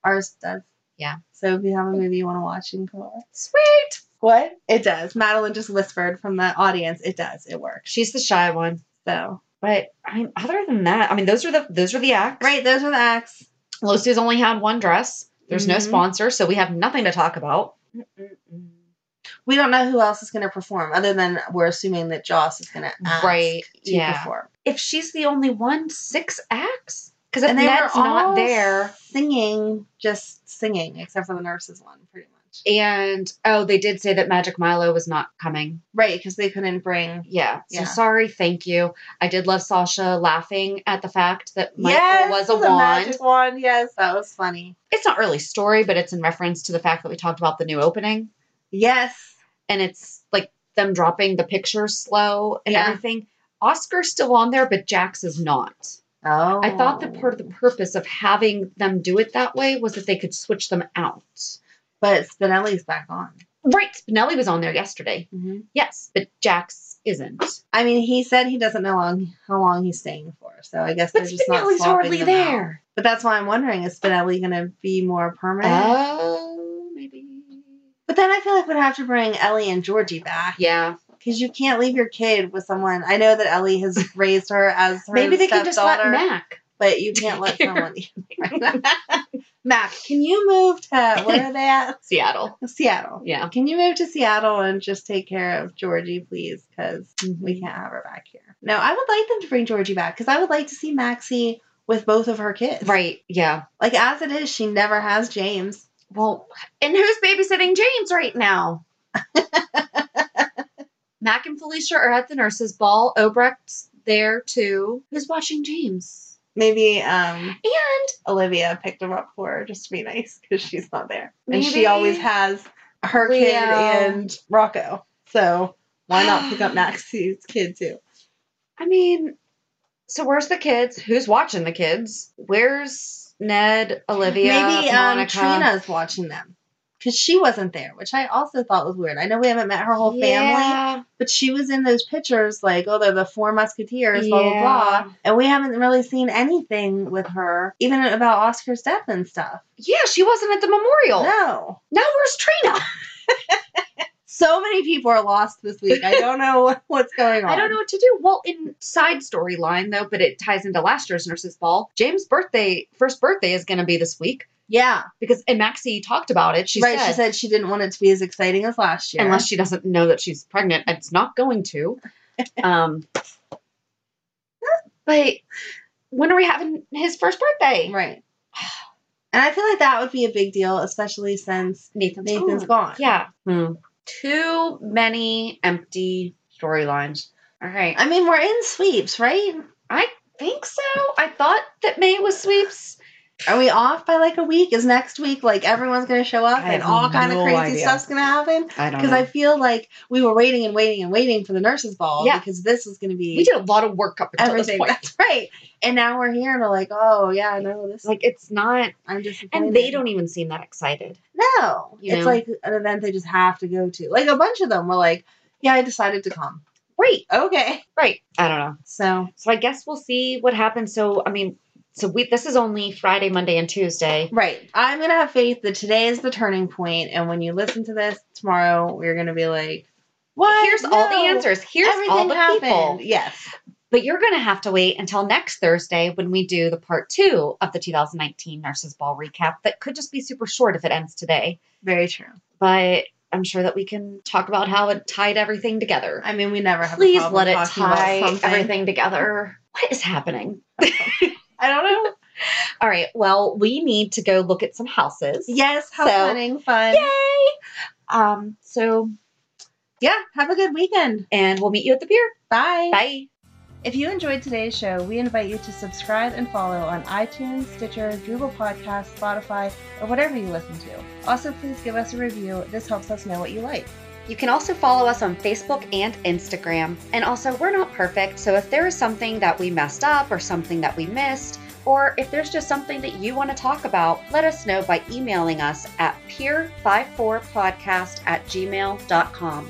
Speaker 4: ours does.
Speaker 3: Yeah.
Speaker 4: So if you have a movie you want to watch, you can come over.
Speaker 3: Sweet.
Speaker 4: What? It does. Madeline just whispered from the audience. It does. It works.
Speaker 3: She's the shy one.
Speaker 4: So
Speaker 3: But I mean, other than that, I mean, those are the those are the acts.
Speaker 4: right, those are the acts.
Speaker 3: Lucy's only had one dress. There's no
Speaker 4: Mhm.
Speaker 3: sponsor, so we have nothing to talk about. Mm-mm-mm.
Speaker 4: we don't know who else is going to perform other than we're assuming that Joss is going to ask
Speaker 3: Right,
Speaker 4: to
Speaker 3: yeah.
Speaker 4: perform.
Speaker 3: If she's the only one, six acts. Because if
Speaker 4: And they were
Speaker 3: Ned's
Speaker 4: all
Speaker 3: not there,
Speaker 4: singing, just singing, except for the nurses one, pretty much.
Speaker 3: and oh, they did say that Magic Milo was not coming.
Speaker 4: Right, because they couldn't bring.
Speaker 3: Yeah. So
Speaker 4: Yeah.
Speaker 3: sorry, thank you. I did love Sasha laughing at the fact that Michael was a
Speaker 4: the
Speaker 3: wand.
Speaker 4: magic wand. Yes, that was funny.
Speaker 3: it's not really story, but it's in reference to the fact that we talked about the new opening.
Speaker 4: Yes,
Speaker 3: and it's like them dropping the pictures slow and
Speaker 4: Yeah.
Speaker 3: everything. Oscar's still on there, but Jax is not.
Speaker 4: Oh.
Speaker 3: I thought that part of the purpose of having them do it that way was that they could switch them out.
Speaker 4: But Spinelli's back on.
Speaker 3: Right, Spinelli was on there yesterday. Yes, but Jax isn't.
Speaker 4: I mean, he said he doesn't know long, how long he's staying for, so I guess
Speaker 3: But
Speaker 4: they're just not
Speaker 3: Spinelli's
Speaker 4: swapping
Speaker 3: hardly
Speaker 4: them out.
Speaker 3: there.
Speaker 4: But that's why I'm wondering: is Spinelli going to be more permanent?
Speaker 3: Oh, maybe.
Speaker 4: but then I feel like we'd have to bring Ellie and Georgie back
Speaker 3: Yeah,
Speaker 4: because you can't leave your kid with someone. I know that Ellie has raised her as her
Speaker 3: maybe they can just let
Speaker 4: stepdaughter,
Speaker 3: Mac.
Speaker 4: but you can't let someone. Mac, can you move to where are they at?
Speaker 3: Seattle.
Speaker 4: Seattle.
Speaker 3: Yeah.
Speaker 4: Can you move to Seattle and just take care of Georgie, please? Because
Speaker 3: Mm-hmm.
Speaker 4: we can't have her back here. No, I would like them to bring Georgie back because I would like to see Maxie with both of her kids.
Speaker 3: Right. Yeah.
Speaker 4: Like, as it is, she never has James.
Speaker 3: Well, and who's babysitting James right now? Mac and Felicia are at the nurses' ball. Obrecht's there too. Who's watching James?
Speaker 4: Maybe um,
Speaker 3: And
Speaker 4: Olivia picked him up for her just to be nice because she's not there. And she
Speaker 3: Maybe.
Speaker 4: always has her
Speaker 3: Leo.
Speaker 4: kid and Rocco. So why not pick up Maxie's kid too?
Speaker 3: I mean, so where's the kids? Who's watching the kids? Where's Ned, Olivia,
Speaker 4: Maybe um,
Speaker 3: Monica?
Speaker 4: Trina's watching them because she wasn't there, which I also thought was weird. I know we haven't met her whole family,
Speaker 3: yeah.
Speaker 4: but she was in those pictures, like, oh, they're the four musketeers, blah, blah,
Speaker 3: Yeah.
Speaker 4: blah. And we haven't really seen anything with her, even about Oscar's death and stuff.
Speaker 3: Yeah, she wasn't at the memorial.
Speaker 4: No.
Speaker 3: Now where's Trina?
Speaker 4: So many people are lost this week. I don't know what's going on.
Speaker 3: I don't know what to do. Well, in side storyline though, but it ties into last year's nurses' ball. James' birthday, first birthday, is going to be this week
Speaker 4: Yeah.
Speaker 3: because and Maxie talked about it. She
Speaker 4: right.
Speaker 3: said,
Speaker 4: She said she didn't want it to be as exciting as last year.
Speaker 3: unless she doesn't know that she's pregnant, it's not going to. Um, but when are we having his first birthday?
Speaker 4: Right. And I feel like that would be a big deal, especially since
Speaker 3: Nathan's,
Speaker 4: Nathan's
Speaker 3: gone.
Speaker 4: gone.
Speaker 3: Yeah. Hmm. Too many empty storylines. All right.
Speaker 4: I mean, we're in sweeps, right?
Speaker 3: I think so. I thought that May was sweeps.
Speaker 4: Are we off by like a week? Is next week like everyone's going to show up
Speaker 3: I
Speaker 4: and
Speaker 3: have
Speaker 4: all kind
Speaker 3: no
Speaker 4: of crazy
Speaker 3: idea.
Speaker 4: stuff's going to happen?
Speaker 3: I don't
Speaker 4: Because I feel like we were waiting and waiting and waiting for the nurses' ball
Speaker 3: Yeah.
Speaker 4: because this was going to be
Speaker 3: we did a lot of work up until
Speaker 4: everything.
Speaker 3: this point.
Speaker 4: That's right. And now we're here and we're like, oh yeah, no, this
Speaker 3: Like it's not,
Speaker 4: I'm disappointed.
Speaker 3: and they don't even seem that excited.
Speaker 4: No,
Speaker 3: You
Speaker 4: it's
Speaker 3: know?
Speaker 4: like an event they just have to go to. Like a bunch of them were like, yeah, I decided to come.
Speaker 3: Right.
Speaker 4: Okay,
Speaker 3: Right. I don't know.
Speaker 4: so
Speaker 3: So I guess we'll see what happens. So I mean, so we this is only Friday, Monday, and Tuesday.
Speaker 4: Right. I'm going to have faith that today is the turning point, And when you listen to this tomorrow, we're going to be like, what?
Speaker 3: Here's all the
Speaker 4: No.
Speaker 3: answers. Here's all the people.
Speaker 4: Yes.
Speaker 3: But you're going to have to wait until next Thursday when we do the part two of the 2019 Nurses Ball recap. That could just be super short if it ends today.
Speaker 4: Very true.
Speaker 3: But I'm sure that we can talk about how it tied everything together.
Speaker 4: I mean, we never have a
Speaker 3: Please let
Speaker 4: problem
Speaker 3: it
Speaker 4: talking about
Speaker 3: tie
Speaker 4: something.
Speaker 3: everything together. What is happening?
Speaker 4: I don't know.
Speaker 3: All right. Well, we need to go look at some houses.
Speaker 4: Yes. House
Speaker 3: So-
Speaker 4: hunting fun.
Speaker 3: Yay! Um, so
Speaker 4: Yeah. Have a good weekend.
Speaker 3: and we'll meet you at the pier.
Speaker 4: Bye.
Speaker 3: Bye.
Speaker 4: If you enjoyed today's show, we invite you to subscribe and follow on iTunes, Stitcher, Google Podcasts, Spotify, or whatever you listen to. Also, please give us a review. This helps us know what you like.
Speaker 3: You can also follow us on Facebook and Instagram. And also, we're not perfect, so if there is something that we messed up or something that we missed, or if there's just something that you want to talk about, let us know by emailing us at peer54podcast at gmail.com.